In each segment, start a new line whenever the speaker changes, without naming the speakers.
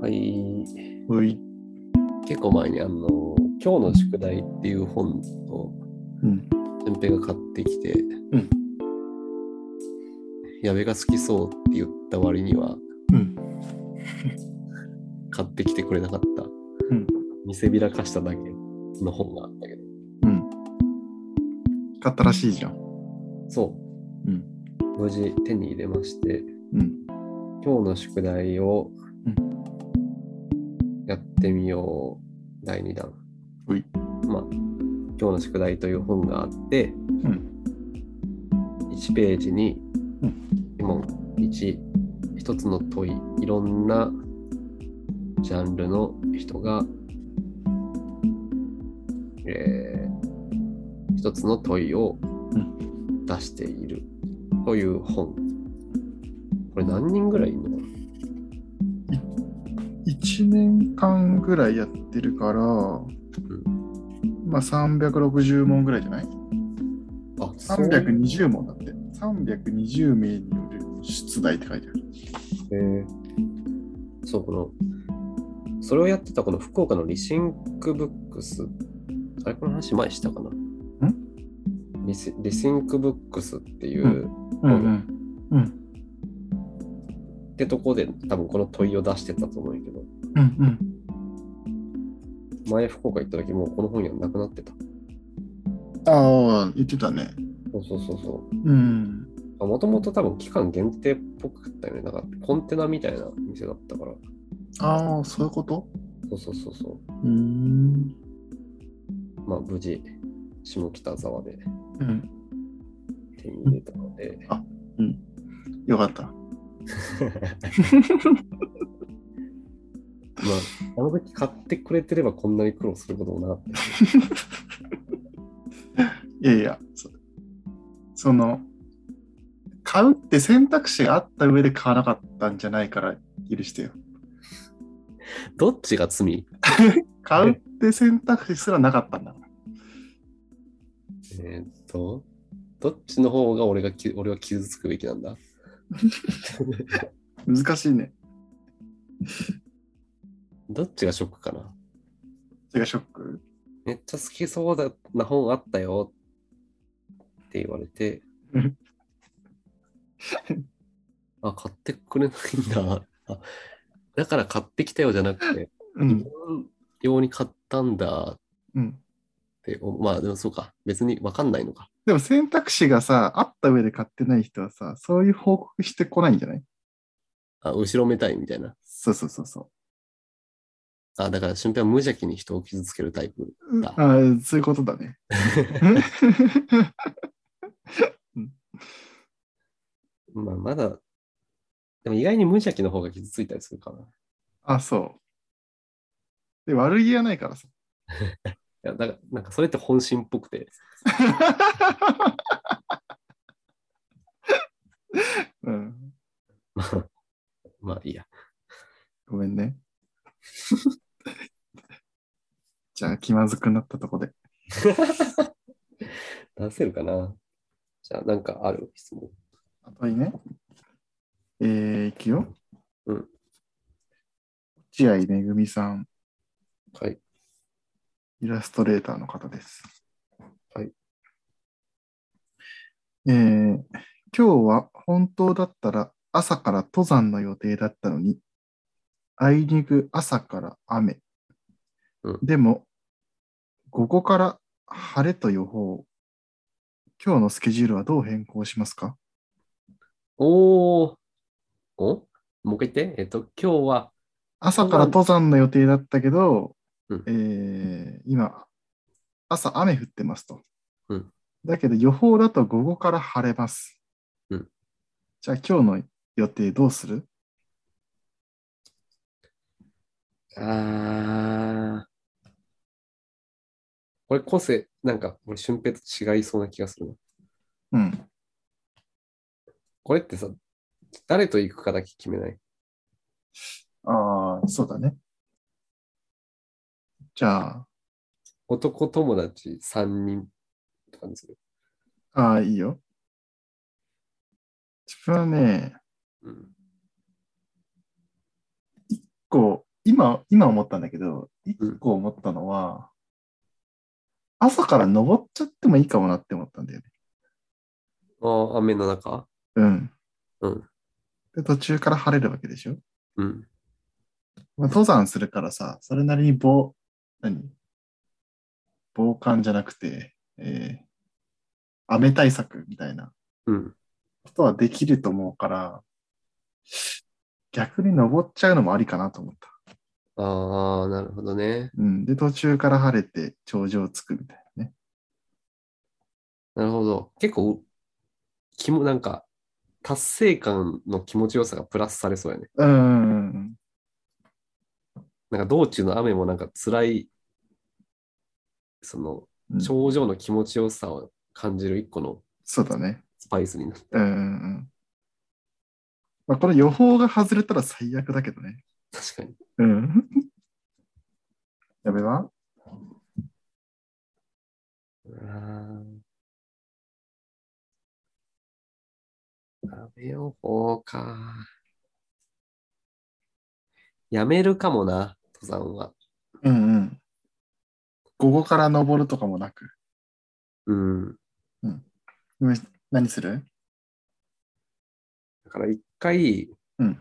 はい。
うい。
結構前に、あの、今日の宿題っていう本を
うん。
先平が買ってきて、
うん
矢部が好きそうって言った割には、
うん。
買ってきてくれなかった、
うん
見せびらかしただけの本があったけど、
うん。買ったらしいじゃん。
そう、
うん
無事手に入れまして、
うん。
今日の宿題を
うん
やってみよう第2弾。
うい
まあ、今日の宿題という本があって、
うん。
1ページに
うん
疑問1、一つの問い、いろんなジャンルの人が、えー一つの問いを出しているという本。これ何人ぐらいいるのかな
1年間ぐらいやってるから、まあ360問ぐらいじゃない
あ、そういう
?320 問だって。320名による出題って書いてある。
へえそう、この、それをやってたこの福岡のリシンクブックス、あれこの話前したかなリシリシンクブックスっていう、
うんうんうん。うん
ってとこで多分この問いを出してたと思うんやけど、
うん
前福岡行った時もうこの本屋なくなってた。
うん。ああ、言ってたね。
そうそうそうそう。
うん。
もともと多分期間限定っぽかったよね。なんかコンテナみたいな店だったから。
ああ、そういうこと
そうそうそうそう
うーん。。
まあ無事、下北沢で
うん。
手に入れたので。
よかった。
まあ、あの時買ってくれてればこんなに苦労することもなかった。
いやいや、そその、買うって選択肢があった上で買わなかったんじゃないから許してよ。
どっちが罪
買うって選択肢すらなかったんだから。
えーっと、どっちの方が俺がき俺は傷つくべきなんだ
難しいね。
どっちがショックかな
それがショック。
めっちゃ好きそうだな本あったよって言われ て
うん、
あ、買ってくれないんだ。あだから買ってきたよじゃなくて、
う
自
ん。
分用に買ったんだっ
うん。
て、おまあでもそうか、別にわかんないのか。
でも選択肢がさ、あった上で買ってない人はさ、そういう報告してこないんじゃない
あ、後ろめたいみたいな。
そうそうそうそ
あ、だから俊平は無邪気に人を傷つけるタイプ。
う。
だ
あーそういうことだ ね。
まあまだ、でも意外に無邪気の方が傷ついたりするかな。い
あ、そう。で、悪気がないからさ。
や、だからなんかそれって本心っぽくて、
うん。
まあ、まあいいや。
ごめんね。 じゃあ、気まずくなったとこで。
出せるかなじゃあ、なんかある質問。
あといね。えー、いくよ。
うん。
落合めぐみさん、
はい。
イラストレーターの方です。
はい。
えー、今日は本当だったら朝から登山の予定だったのに、あいにく朝から雨。
うん
でも、午後から晴れと予報。今日のスケジュールはどう変更しますか
おー。おもう一回言って。えっと、今日は、
朝から登山の予定だったけど、
うん
えー今、朝雨降ってますと。
うん
だけど予報だと午後から晴れます。
うん
じゃあ今日の予定どうする
あー。これ、個性、なんか、俺、俊平と違いそうな気がするな。
うん。
これってさ、誰と行くかだけ決めない。
ああ、そうだね。じゃあ、
男友達3人とかにする。
ああ、いいよ。自分はね、
うん。
こ今、今思ったんだけど、一個思ったのは、朝から登っちゃってもいいかもなって思ったんだよね。
ああ、雨の中
うん。
うん。
で、途中から晴れるわけでしょ。
うん。
まあ、登山するからさ、それなりに防、何防寒じゃなくて、えー、雨対策みたいな
うん。
ことはできると思うから、逆に登っちゃうのもありかなと思った。
ああ、なるほどね。
うん。で、途中から晴れて頂上着くみたいなね。
なるほど。結構、気も、なんか、達成感の気持ちよさがプラスされそうやね。
うんうんうん。
なんか道中の雨もなんか辛い、その、
うん
頂上の気持ちよさを感じる一個の
そうだね。
スパイスになる。
うんうんうん。まあ、これ予報が外れたら最悪だけどね。
確かに。
うん。やべは
雨予報か。やめるかもな、登山は。
うんうん。午後から登るとかもなく。
うん。
うん何する
だから一回
うん、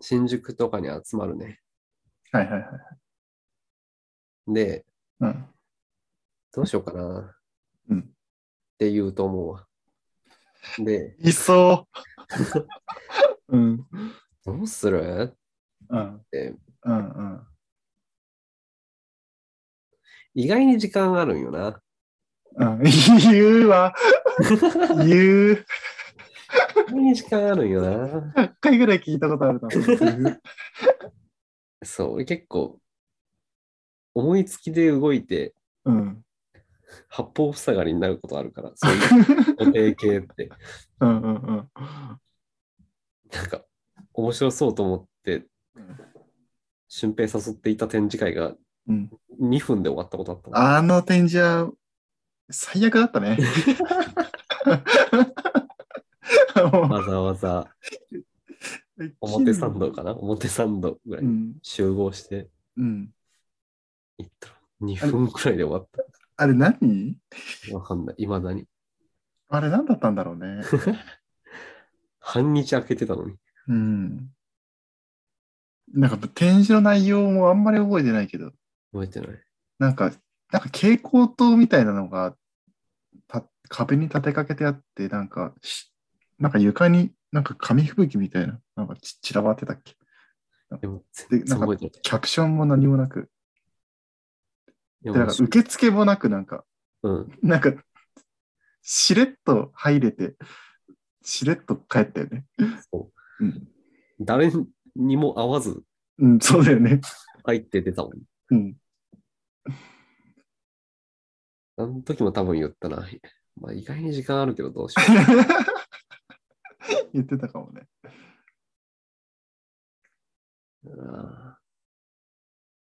新宿とかに集まるね。
はいはいはい。
で、
うん。
どうしようかな。
うん
って言うと思うわ。で、
いそう。うん。
どうする
うん。
え
うんうん。
意外に時間あるんよな。
うん、言うわ。言う。
意外に時間あるんよな。
100回ぐらい聞いたことあるな。言う
そう、俺結構、思いつきで動いて、
うん。
八方塞がりになることあるから、そういう固定系って。
うんうんうん。
なんか、面白そうと思って
うん、
俊平誘っていた展示会が
うん、
2分で終わったことあったな
あの展示は最悪だった ね。も
わざわざ
う
表参道かな表参道ぐらいうに
ん、
集合して
うん。
行ったら2分くらいで終わっ
あれ何
た。わかんない。いまだに。
あれ何だったんだろうね。
半日空けてたのに。
うん。なんか展示の内容もあんまり覚えてないけど、
覚えてない。
なんか、なんか蛍光灯みたいなのがた壁に立てかけてあって、なんかし、なんか床になんか紙吹雪みたいな、なんかち散らばってたっけ
でも全然覚えてない。
キャプションも何もなく。
で
で
も
なんか受付もなく、なんか、
うん。
なんか、しれっと入れて、しれっと帰ったよね。
そううん誰にも会わず
うん、そうだよね。
入って出たもん。
うん。
あの時も多分言ったな。まあ、意外に時間あるけどどうしよ
言ってたかもね。
うかな。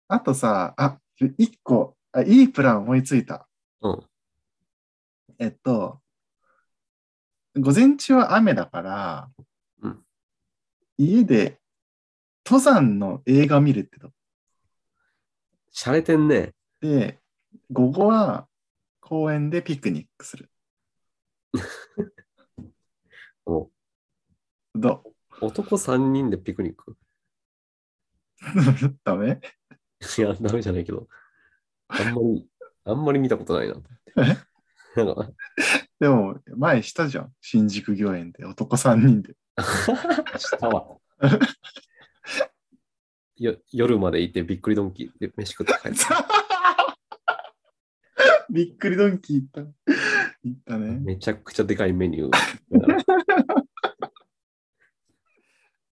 あとさ、あ、一個、あいいプラン思いついた。
うん。
えっと、午前中は雨だから、
うん
家で登山の映画見るってと。
しゃれてんね。
で、午後は公園でピクニックする。
お
ど
男3人でピクニック。
う ダメ
いや、ダメじゃないけど。あんまり、あんまり見たことないなと思って。なんか
でも、前したじゃん。新宿御苑で男3人で。
したわ。よ夜までいてびっくりドンキーで飯食って 帰った。
びっくりドンキー行った。行ったね。
めちゃくちゃでかいメニュー。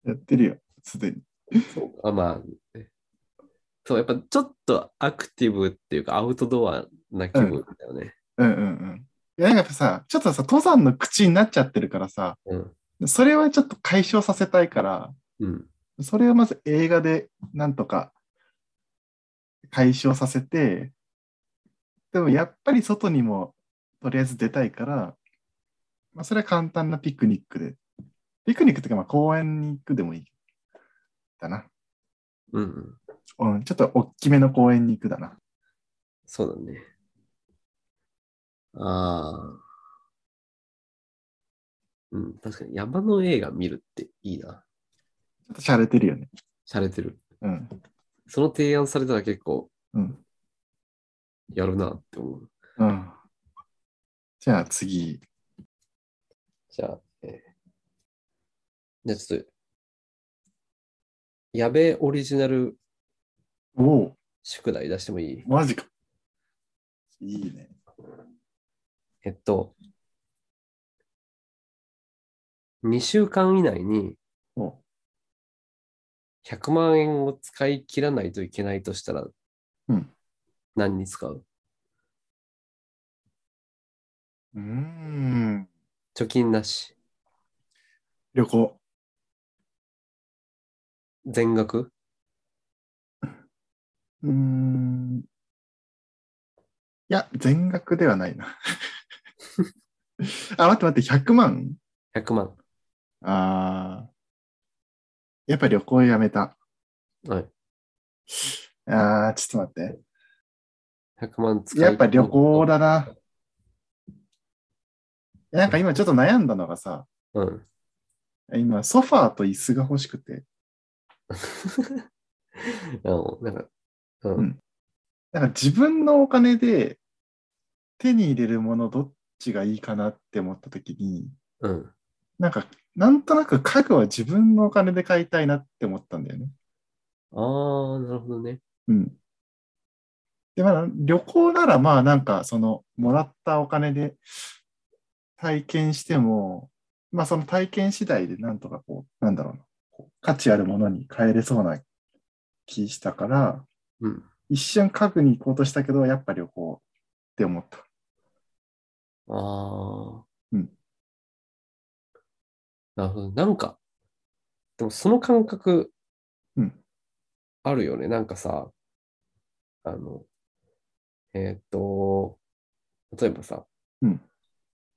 やってるよ、すでに。
あまあ、そう、やっぱちょっとアクティブっていうかアウトドアな気分だよね。
うんうんうん。いや、なんかやっぱさ、ちょっとさ、登山の口になっちゃってるからさ、
うん。
それはちょっと解消させたいから、
うん。
それをまず映画でなんとか解消させて、でもやっぱり外にもとりあえず出たいから、まあ、それは簡単なピクニックで。ピクニックとかまあ公園に行くでもいい。だな。
うんうん。
うん、ちょっと大きめの公園に行くだな。
そうだね。ああ。うん、確かに山の映画見るっていいな。
ちょっと洒落てるよね。
洒落てる。
うん。
その提案されたら結構
うん。
やるなって思う。
うん。じゃあ次。
じゃあ、えーじゃあちょっと、矢部オリジナル
おお、
宿題出してもいい
マジか。いいね。
えっと、2週間以内に
お
100万円を使い切らないといけないとしたら
うん、
何に使う
うーん。
貯金なし。
旅行。
全額
うーん。いや、全額ではないな。 あ、待って待って、100万
?100 万。
ああ。やっぱ旅行やめた。
はい。
ああ、ちょっと待って。
100万使い
やっぱ旅行。だな。なんか今ちょっと悩んだのがさ、
うん。
今ソファーと椅子が欲しくて、
あのなんか、うん。
うんなんか自分のお金で手に入れるものどっちがいいかなって思った時に、
うん。
なんかなんとなく家具は自分のお金で買いたいなって思ったんだよね。
ああ、なるほどね。
うん。で、まあ、旅行ならまあなんかそのもらったお金で体験しても、まあその体験次第でなんとかこう、なんだろうな、こう価値あるものに変えれそうな気したから、
うん。
一瞬家具に行こうとしたけど、やっぱ旅行って思った。
ああ。
うん。
なるほど。なんか、でもその感覚
うん、
あるよね。なんかさ、あの、えーっと、例えばさ、
うん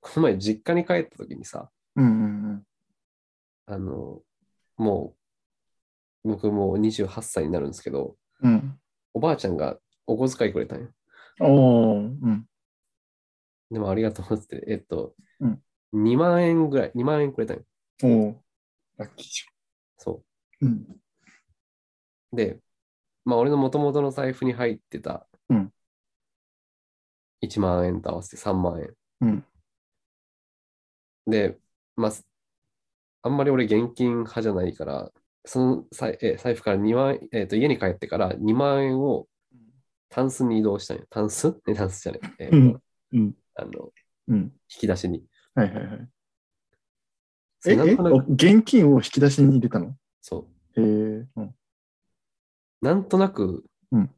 この前実家に帰った時にさ、
うんうん
あの、もう、僕もう28歳になるんですけど、
うん。うん。
おばあちゃんがお小遣いくれたんよ。
おー、うん。
でもありがとうって、えっと、
うん
2万円ぐらい、2万円くれたんよ。
おー、ラッキーじ
そ
ゃん。うん。
う。で、まあ俺の元々の財布に入ってた、
うん
1万円と合わせて3万円。
うん
で、まあ、あんまり俺現金派じゃないから、その財え財布から2万円、えっと家に帰ってから2万円をタンスに移動したんよ。タンス え、タンスじゃねえ。えっと
うんうん
あの、
うん。
引き出しに。
はいはいはい。
そ
え、
うな
え、
んとなく
お現金を引き出しに入れたの
そ
へえ。うん。
う。なんとなく、
うん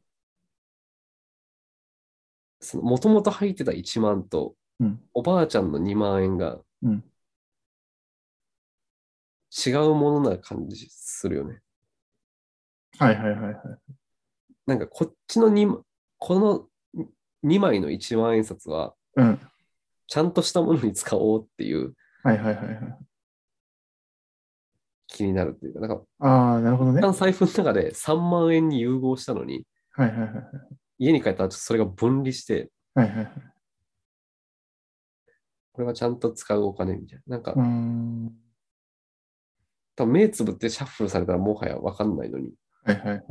その、もともと入ってた1万と、
うん。
おばあちゃんの2万円が、
うん
違うものな感じするよね。
はいはいはいはい。
なんか、こっちの2、この2枚の1万円札は、
うん。
ちゃんとしたものに使おうっていう
はいはいはいはい。
気になるっていうか、なんか、
ああ、なるほどね。
一
は
旦財布の中で3万円に融合したのに、
いはいはいはい。
家に帰ったらちょっとそれが分離して、
はいはいはい。
これはちゃんと使うお金みたいな。なんか
うー、ん。
多分目つぶってシャッフルされたらもはやわかんないのに。
はいはいはい。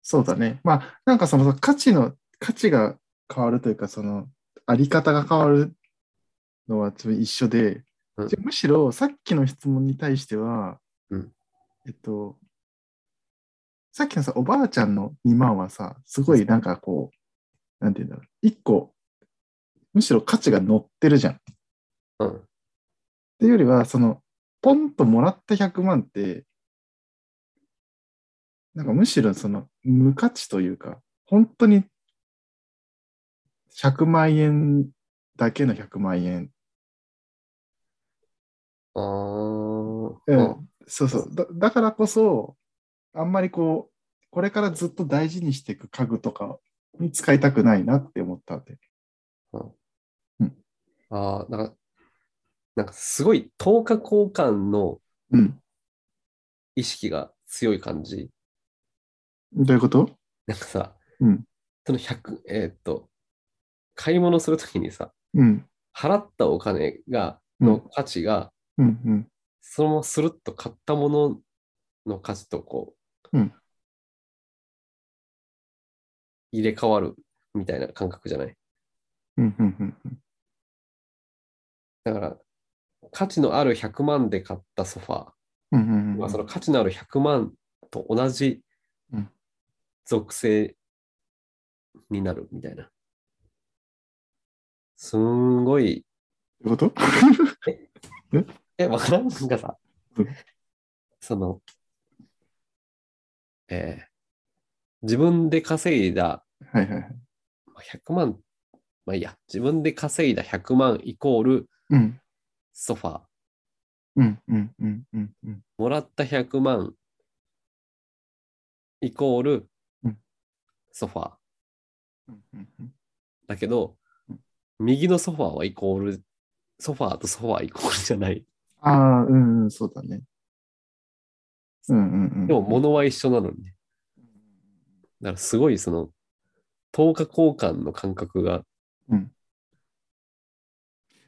そうだね。まあ、なんかその価値の、価値が変わるというか、その、あり方が変わるのはちょっと一緒で、
うん
むしろさっきの質問に対しては、
うん
えっと、さっきのさ、おばあちゃんの2万はさ、すごいなんかこう、なんて言うんだろう、1個、むしろ価値が乗ってるじゃん。
うん。
っていうよりは、その、ポンともらった100万って、なんかむしろその、無価値というか、本当に、100万円だけの100万円。
あー
うん
うん。
そうそう。だだからこそ、あんまりこう、これからずっと大事にしていく家具とかに使いたくないなって思ったんで。
ああ、なんか、なんかすごい等価交換の
うん。
意識が強い感じ。
どういうこと
なんかさ、
うん
その100、えーっと、買い物するときにさ、
うん。
払ったお金が、
うん
の価値が、
うんうん。
そのままスルッと買ったものの価値とこう、
うん
入れ替わるみたいな感覚じゃない。
うんうんうんうん。
だから、価値のある100万で買ったソファ
うんうんうん
ーは、その価値のある100万と同じ
うん
属性になるみたいな。すんごい
どういうこと
え、わからんなんか さ
うん、
その、えー自分で稼いだ
はいはいはい。
まあ100万、まあいいや、自分で稼いだ100万イコール
うん。
ソファー、
うんうんうんうんうん。
もらった100万イコール
うん
ソファー。
うんうん
だけど
うん、
右のソファーはイコール、ソファーとソファーイコールじゃない。
ああ、うんうん、そうだね。うんうんうん。
でも物は一緒なのにね。だからすごいその、等価交換の感覚が、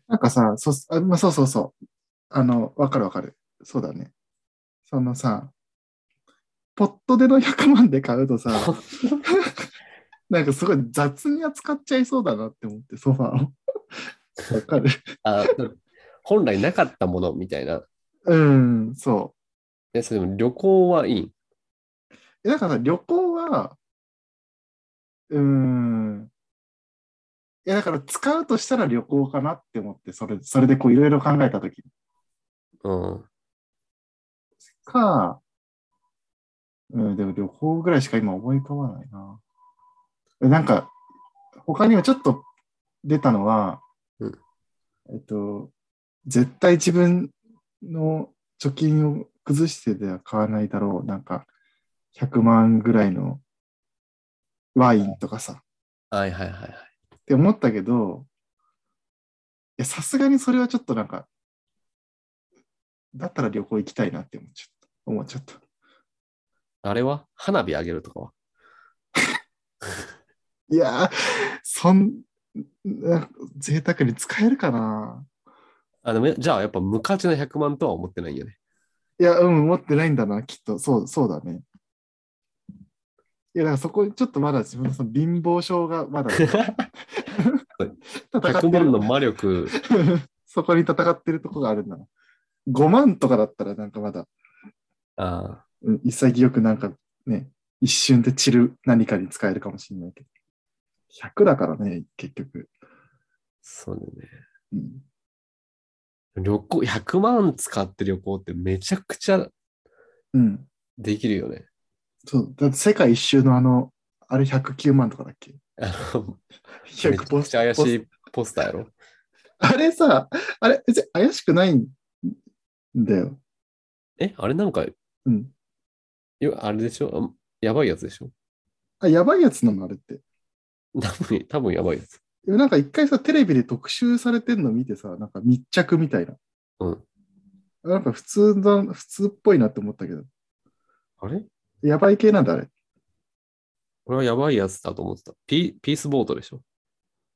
なんかさ、そうあまあ、そうそうそう。あの、わかるわかる。そうだね。そのさ、ポットでの100万で買うとさ、 なんかすごい雑に扱っちゃいそうだなって思って、ソファーを。わかる。
あ本来なかったものみたいな。
うん、そ
え、それでも旅行はいいん。
う。えだからさ、旅行は、うん。いや、だから使うとしたら旅行かなって思って、それ、それでこういろいろ考えたとき
うん。
か、うん、でも旅行ぐらいしか今思い浮かばないな。なんか、他にもちょっと出たのは、
うん
えっと、絶対自分の貯金を崩してでは買わないだろう。なんか、100万ぐらいのワインとかさ、
はいはいはいはい。
って思ったけど、いや、さすがにそれはちょっとなんか、だったら旅行行きたいなって思っちゃった。思っちゃった。
あれは花火あげるとかはい
やー、そんな、贅沢に使えるかな。
あ、でもじゃあやっぱ無価値な100万とは思ってないよね。
いや、うん、持ってないんだな、きっと。そう、そうだね。いや、だからそこ、ちょっとまだ自分のその貧乏症が まだ戦って
100万
る。
の魔力、
そこに戦ってるとこがあるんだな。5万とかだったら、なんかまだ、
あ
うん、潔くなんかね、一瞬で散る何かに使えるかもしれないけど。100だからね、結局。
そうだよね。
うん
旅行、100万使って旅行ってめちゃくちゃ
うん
できるよね。
そう、だって世界一周のあの、あれ109万とかだっけ
あの、めちゃ
?100 ポ
く
ス
ちゃ怪し
ポス
いポスターやろ。
あれさ、あれ、別に怪しくないんだよ。
え、あれなんか、
うん。
よあれでしょあやばいやつでしょ
あ、やばいやつなの、あれって。
多分、多分やばいやつ。
でもなんか一回さ、テレビで特集されてんの見てさ、なんか密着みたいな。
うん。
なんか普通だ、普通っぽいなって思ったけど。
あれ
やばい系なんだ、あれ。
俺はやばいやつだと思ってた。ピピースボートでしょ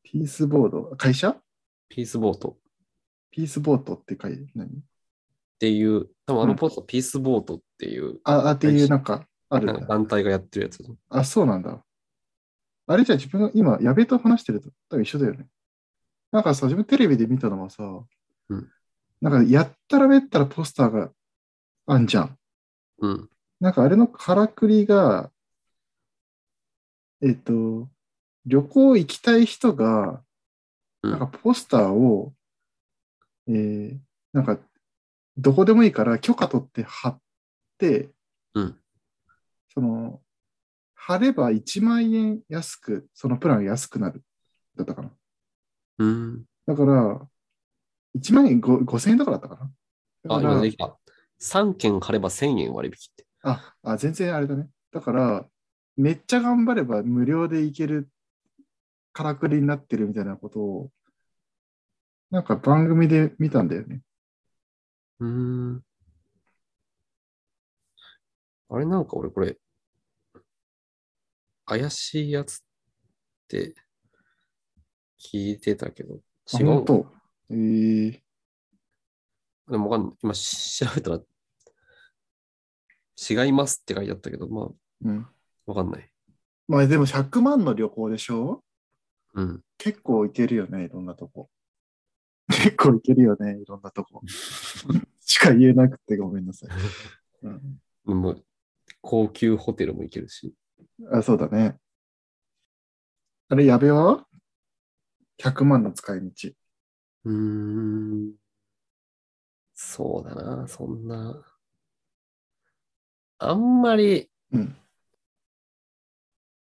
ピースボード。会社
ピースボートっ
ピースボートって会、何
ていう、多分あ
う
の
ん
ポストピースボートっていう
あ、あっていうなんか、ある
なんか団体がやってるやつだと思う。
あ、そうなんだ。あれじゃあ自分が今、矢部と話してると多分一緒だよね。なんかさ、自分テレビで見たのはさ、
ん
なんかやったらめったらポスターがあんじゃん。
うん。
なんかあれのからくりが、えっと、旅行行きたい人が、
うん
なんかポスターを、えーなんか、どこでもいいから許可取って貼って、
うん
その、貼れば1万円安く、そのプランが安くなる。だったかな。
うん。
だから、1万円5、5000円とかだったかな。だ
あ、
から
今できた。3件貼れば1000円割引って。
あ、あ、全然あれだね。だから、めっちゃ頑張れば無料でいけるからくりになってるみたいなことを、なんか番組で見たんだよね。
うーん。あれなんか俺これ、怪しいやつって聞いてたけど、違
あ
う
本当えー、
でもわかんない。今調べたら、違いますって書いてあったけど、まあ、
うん。
わかんない。
まあでも100万の旅行でしょ
うん。
結構行けるよね、いろんなとこ。結構行けるよね、いろんな とこ。しか言えなくてごめんなさい。うん、
でも高級ホテルも行けるし。
あ、そうだね。あれ、矢部は ?100 万の使い道。
うーん。そうだな、そんな。あんまり
うん。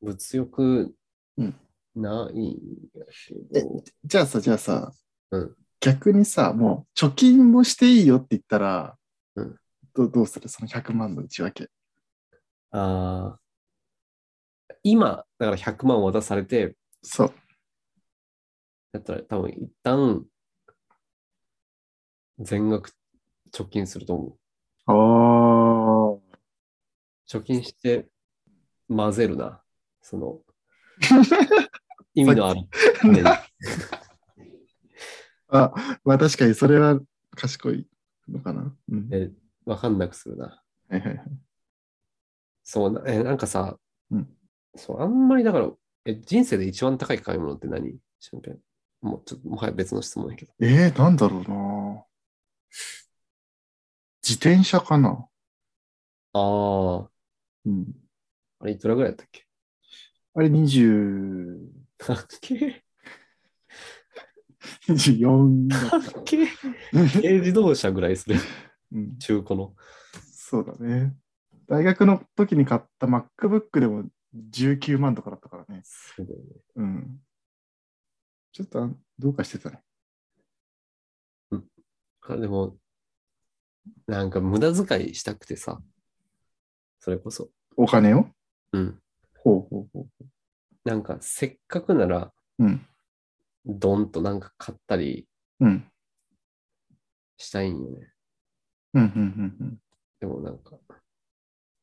物欲
うん
ないんやけど、
じゃあさ、じゃあさ、
うん
逆にさ、もう貯金もしていいよって言ったら、
うん
どどうするその100万の内訳。
あー今、だから100万渡されて、
そう。
だったら多分一旦全額貯金すると思う。
あ
貯金して混ぜるな。そ の
あ。
意味 のあるお金に。
まあ確かにそれは賢いのかな。うん。
でわかんなくするな。
はいはいはい。
そうな、え、なんかさ、
うん
そう、あんまりだから、え、人生で一番高い買い物って何シュンペン。もうちょっと、もはや別の質問やけど。
えー、なんだろうな自転車かな
あ
うん。
あ、あれいくらぐらいだったっけ
あれ20、
たっけ
24だ
たっ
った。
け軽自動車ぐらいする。
うん、
中古の。
そうだね。大学の時に買った MacBook でも19万とかだったからね。
すごいね
うん。ちょっとあどうかしてたね。
あでも、なんか無駄遣いしたくてさ、それこそ。
お金を
うん。
ほうほうほう。
なんかせっかくなら、
うん。
ドンとなんか買ったり
うん。
したいんよね。
うん。うん。うん。うん
でもなんか、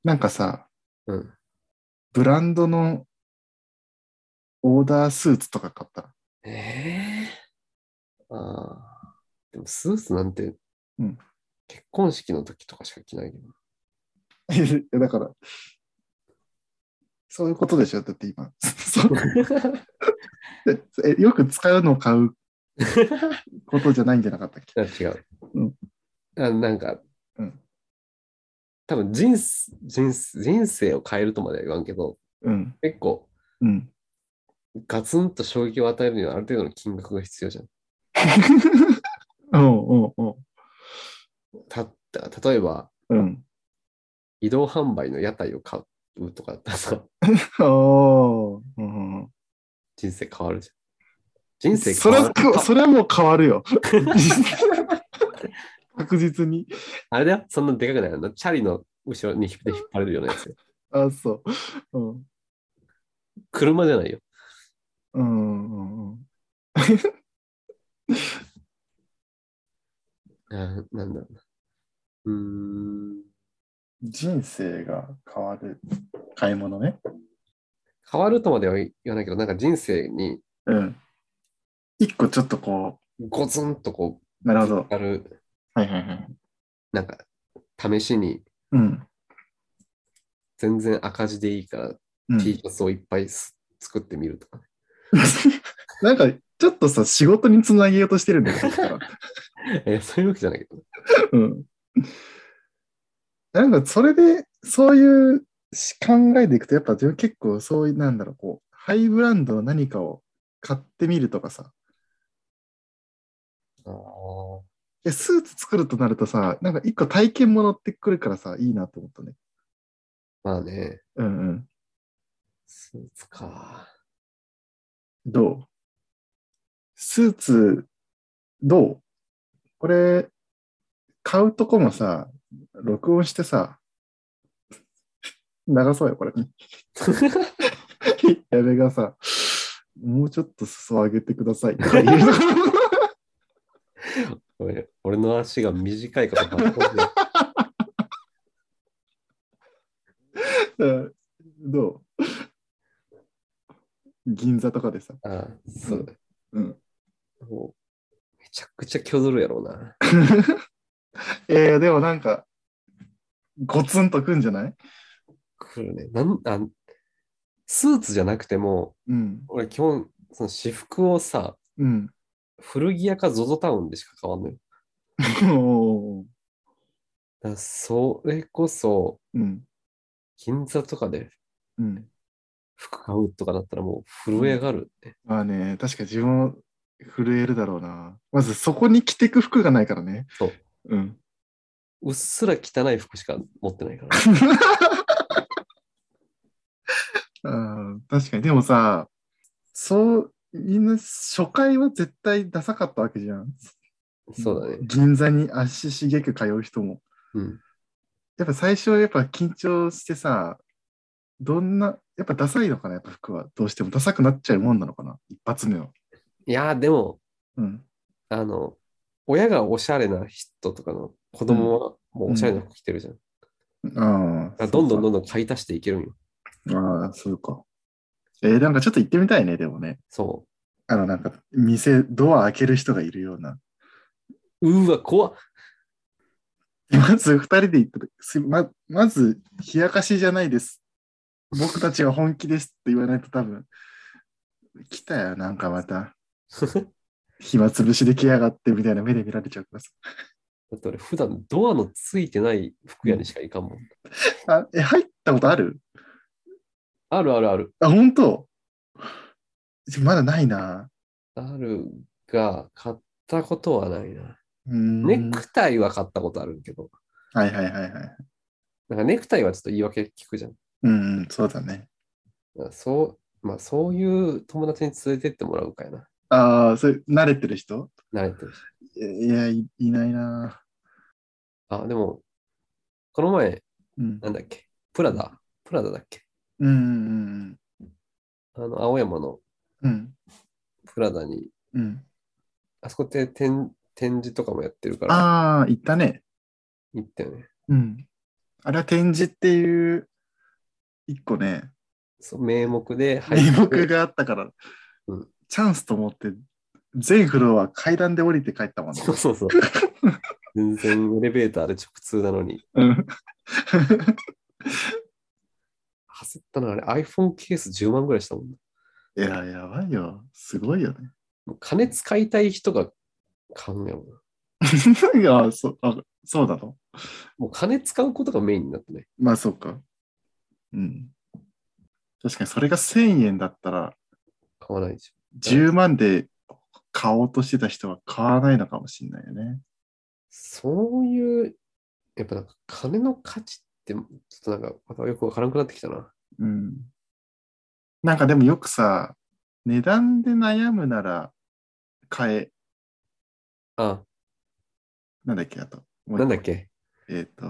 なんかさ、
うん。
ブランドのオーダースーツとか買ったら。
ええああ。でもスーツなんて、
うん
結婚式の時とかしか着ないけ ど。
いやだから、そういうことでしょだって今。 そうえよく使うのを買うことじゃないんじゃなかったっけ
あ違う。
うん
あなんか、
うん
多分人生人生人生を変えるとまでは言わんけど、
うん。
結構
うん。
ガツンと衝撃を与えるにはある程度の金額が必要じゃん。
おうおうおう。
たた例えば、
うん。
移動販売の屋台を買うとかだったらさ、
おーうんうん
人生変わるじゃん。人生
そ
変
れ
わ
は
る。か
それはもう変わる よ。確実に。
あれだよ、そんなでかくないあの。チャリの後ろに引っで引っ張れるようなやつ よ。
あ、そう。うん
車じゃないよ。
うんうんうん。
あーなんだろうな。うーん。
人生が変わる買い物ね。
変わるとまでは言わないけど、なんか人生に
うん。一個ちょっとこ
ゴツンとこ
う、な
う、
るほど。
ある、
はいはいはい。
なんか、試しに
うん。
全然赤字でいいから、
うん
T シャツをいっぱいす作ってみる とかね。
なんか、ちょっとさ、仕事につなげようとしてるんだよ、そっ から。
えそういうわけじゃないけど。
うん。なんか、それで、そういうし考えでいくと、やっぱ自分結構そういう、なんだろう、こう、ハイブランドの何かを買ってみるとかさ。
あ
え、スーツ作るとなるとさ、なんか一個体験ものってくるからさ、いいなと思ったね。
まあね、
うんうん。
スーツか。
どうスーツ、どうこれ、買うとこもさ、録音してさ、 流そうよ、これ。 やべがさ、もうちょっと裾上げてくださいとか言うの。
俺俺の足が短いから、
うんどう銀座とかでさ。
ああ、そうだ。
うん。
もう、めちゃくちゃ虚ずるやろうな。
えー、でもなんか、ゴツンとくんじゃない
来るね。なんあスーツじゃなくても、
うん。
俺基本、その私服をさ、
うん。
古着屋か ZOZO タウンでしか買わんのよ。
おー
だからそれこそ、
うん。
銀座とかで
うん。
服買うとかだったらもう震え上がるね。
まあね、確か自分も震えるだろうな。まずそこに着てく服がないからね。
そう。
うん。
うっすら汚い服しか持ってないから。
あー確かに。でもさ、そう、みんな初回は絶対ダサかったわけじゃん。
そうだね。
銀座に足しげく通う人も。
うん。
やっぱ最初はやっぱ緊張してさ、どんな、やっぱダサいのかな、やっぱ服は。どうしてもダサくなっちゃうもんなのかな、一発目は。
いやー、でも、
うん。
あの、親がおしゃれな人とかの子供はもうおしゃれな服着てるじゃん。だ
あ
か
あ。
らどんどんど
ん
んどん買い足していけるんよ。
ああ、そうか。えーなんかちょっと行ってみたいね、でもね。
そ
あの、なんか、店、ドア開ける人がいるような。
う。うーわ、怖っ。
まず二人で行った時すま、まず、冷やかしじゃないです。僕たちは本気ですって言わないと多分、来たよ、なんかまた。暇つぶしで来やがってみたいな目で見られちゃうからさ。
だって俺普段ドアのついてない服屋にしか行かんもん。
あ、え、入ったことある
あるあるある。
あ、本当ちょまだないな。
あるが、買ったことはないな。
うーん
ネクタイは買ったことあるけど、
はいはいはいはい。
なんかネクタイはちょっと言い訳聞くじゃん。
うんうん、そうだね。
だからそう、まあそういう友達に連れてってもらうかやな。
ああ、それ、慣れてる人
慣れてるし。
いいやい、いないな。
あ、でも、この前、
うん。
なんだっけ、プラダ、プラダだっけ。
うんうん
あの、青山の
うん。うん。
プラダに、
うん。
あそこって展展示とかもやってるから、
ああ、行ったね。
行ったよね。
うん。あれは展示っていう、一個ね、
そう名目で入
名
って
目があったから、
うん
チャンスと思って、全フロア階段で降りて帰ったもんね
そ。うそう そう。全然エレベーターで直通なのに。
うん。
焦ったな、あれ iPhone ケース10万ぐらいしたもん、
いや、やばいよ。すごいよね。
もう金使いたい人が買うんやもんな。
いや、そあそうなの
もう金使うことがメインになってね。
まあ、そうか。うん。確かに、それが1000円だったら、
買わないでしょ。
10万で買おうとしてた人は買わないのかもしれないよね。
そういう、やっぱなんか金の価値って、ちょっとなんかまたよくわからなくなってきたな。
うん。なんかでもよくさ、値段で悩むなら買え、
あ
なんだっけ、あと。もう一個
なんだっけ。
えっ、と、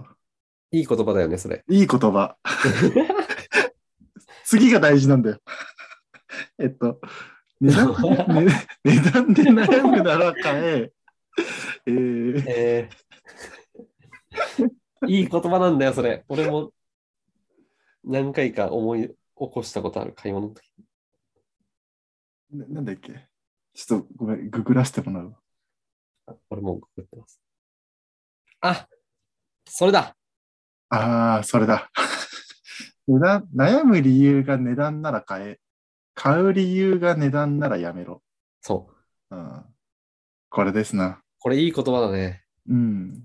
いい言葉だよね、それ。
いい言葉。次が大事なんだよ。えっと、値段ね値段で悩むなら買え。え ー
えー いい言葉なんだよ、それ。俺も何回か思い起こしたことある買い物の時。
ななんだっけちょっとごめん、ググらせてもらうわ。
あ俺もうググってます。あそれだ
ああ、それだ。 値段、悩む理由が値段なら買え。買う理由が値段ならやめろ。
そう。
うん。これですな。
これいい言葉だね。
うん。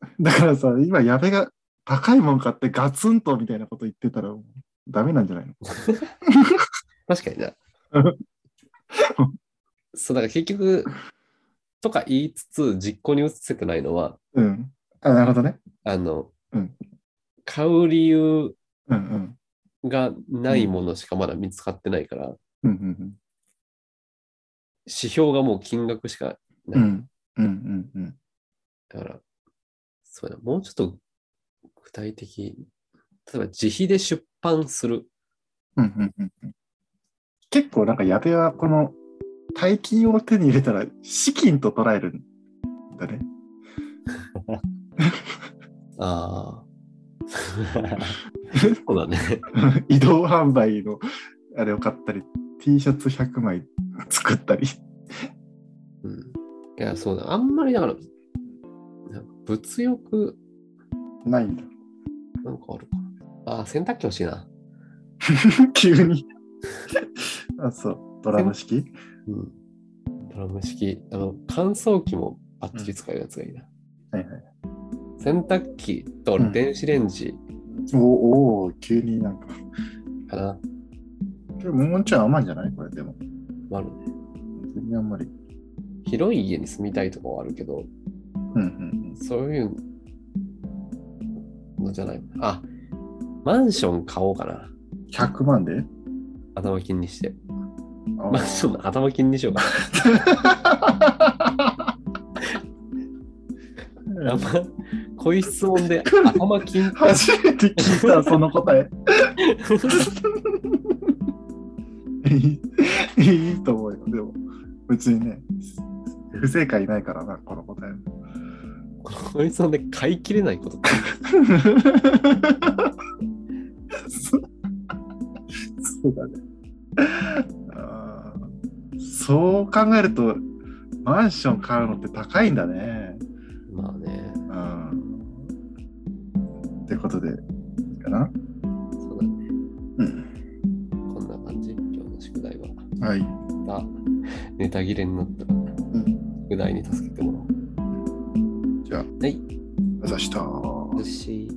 だからさ、今、矢部が高いもん買ってガツンとみたいなこと言ってたら、ダメなんじゃないの
確かにな。そう、だから結局、とか言いつつ実行に移せてないのは、
うん。あ、なるほどね。
あの、
うん
買う理由
うんうん。
がないものしかまだ見つかってないから、
うんうん
指標がもう金額しか
う
ない。
ん。うんうんうんうん。
だから、そうだ、もうちょっと具体的、例えば自費で出版する。
うんうんうんうん結構なんか矢部はこの大金を手に入れたら資金と捉えるんだね。
ああ、 そうだね。
移動販売のあれを買ったり、T シャツ100枚作ったり。
うん。いや、そうだ。あんまりだから、なんか物欲
ないんだ。
なんかあるかな。あ、洗濯機欲しいな。
急に。 あ、そう。ドラム式
うん。ドラム式。あの、乾燥機もバッチリ使えるやつがいいな。
はいはい。
洗濯機と
うん
電子レンジ
おーおー、急になんか。
かな。
でももうちょい甘いんじゃないこれでも。
まああるね。
全然あんまり。
広い家に住みたいとかはあるけど、
うんうん
そういうのじゃない。あ、マンション買おうかな。
うん。100万で
頭金にして。
あ
マンションの頭金にしようかな。あんま、こういう質問で頭金 って。
初めて聞いた、その答え。 いいいいと思うよ。でも、別にね、不正解ないからな、この答え。
こういう質問で買い切れないことって。
そそうだね。あーそう考えると、マンション買うのって高いんだね。
まあね。
うん。ってことで、いいかな。
そうだね。
うん。
こんな感じ。今日の宿題は。
はい。
また、ネタ切れになったら、宿題に助けてもらおう。
じゃ
は
あ、
い。
目指した。
よし。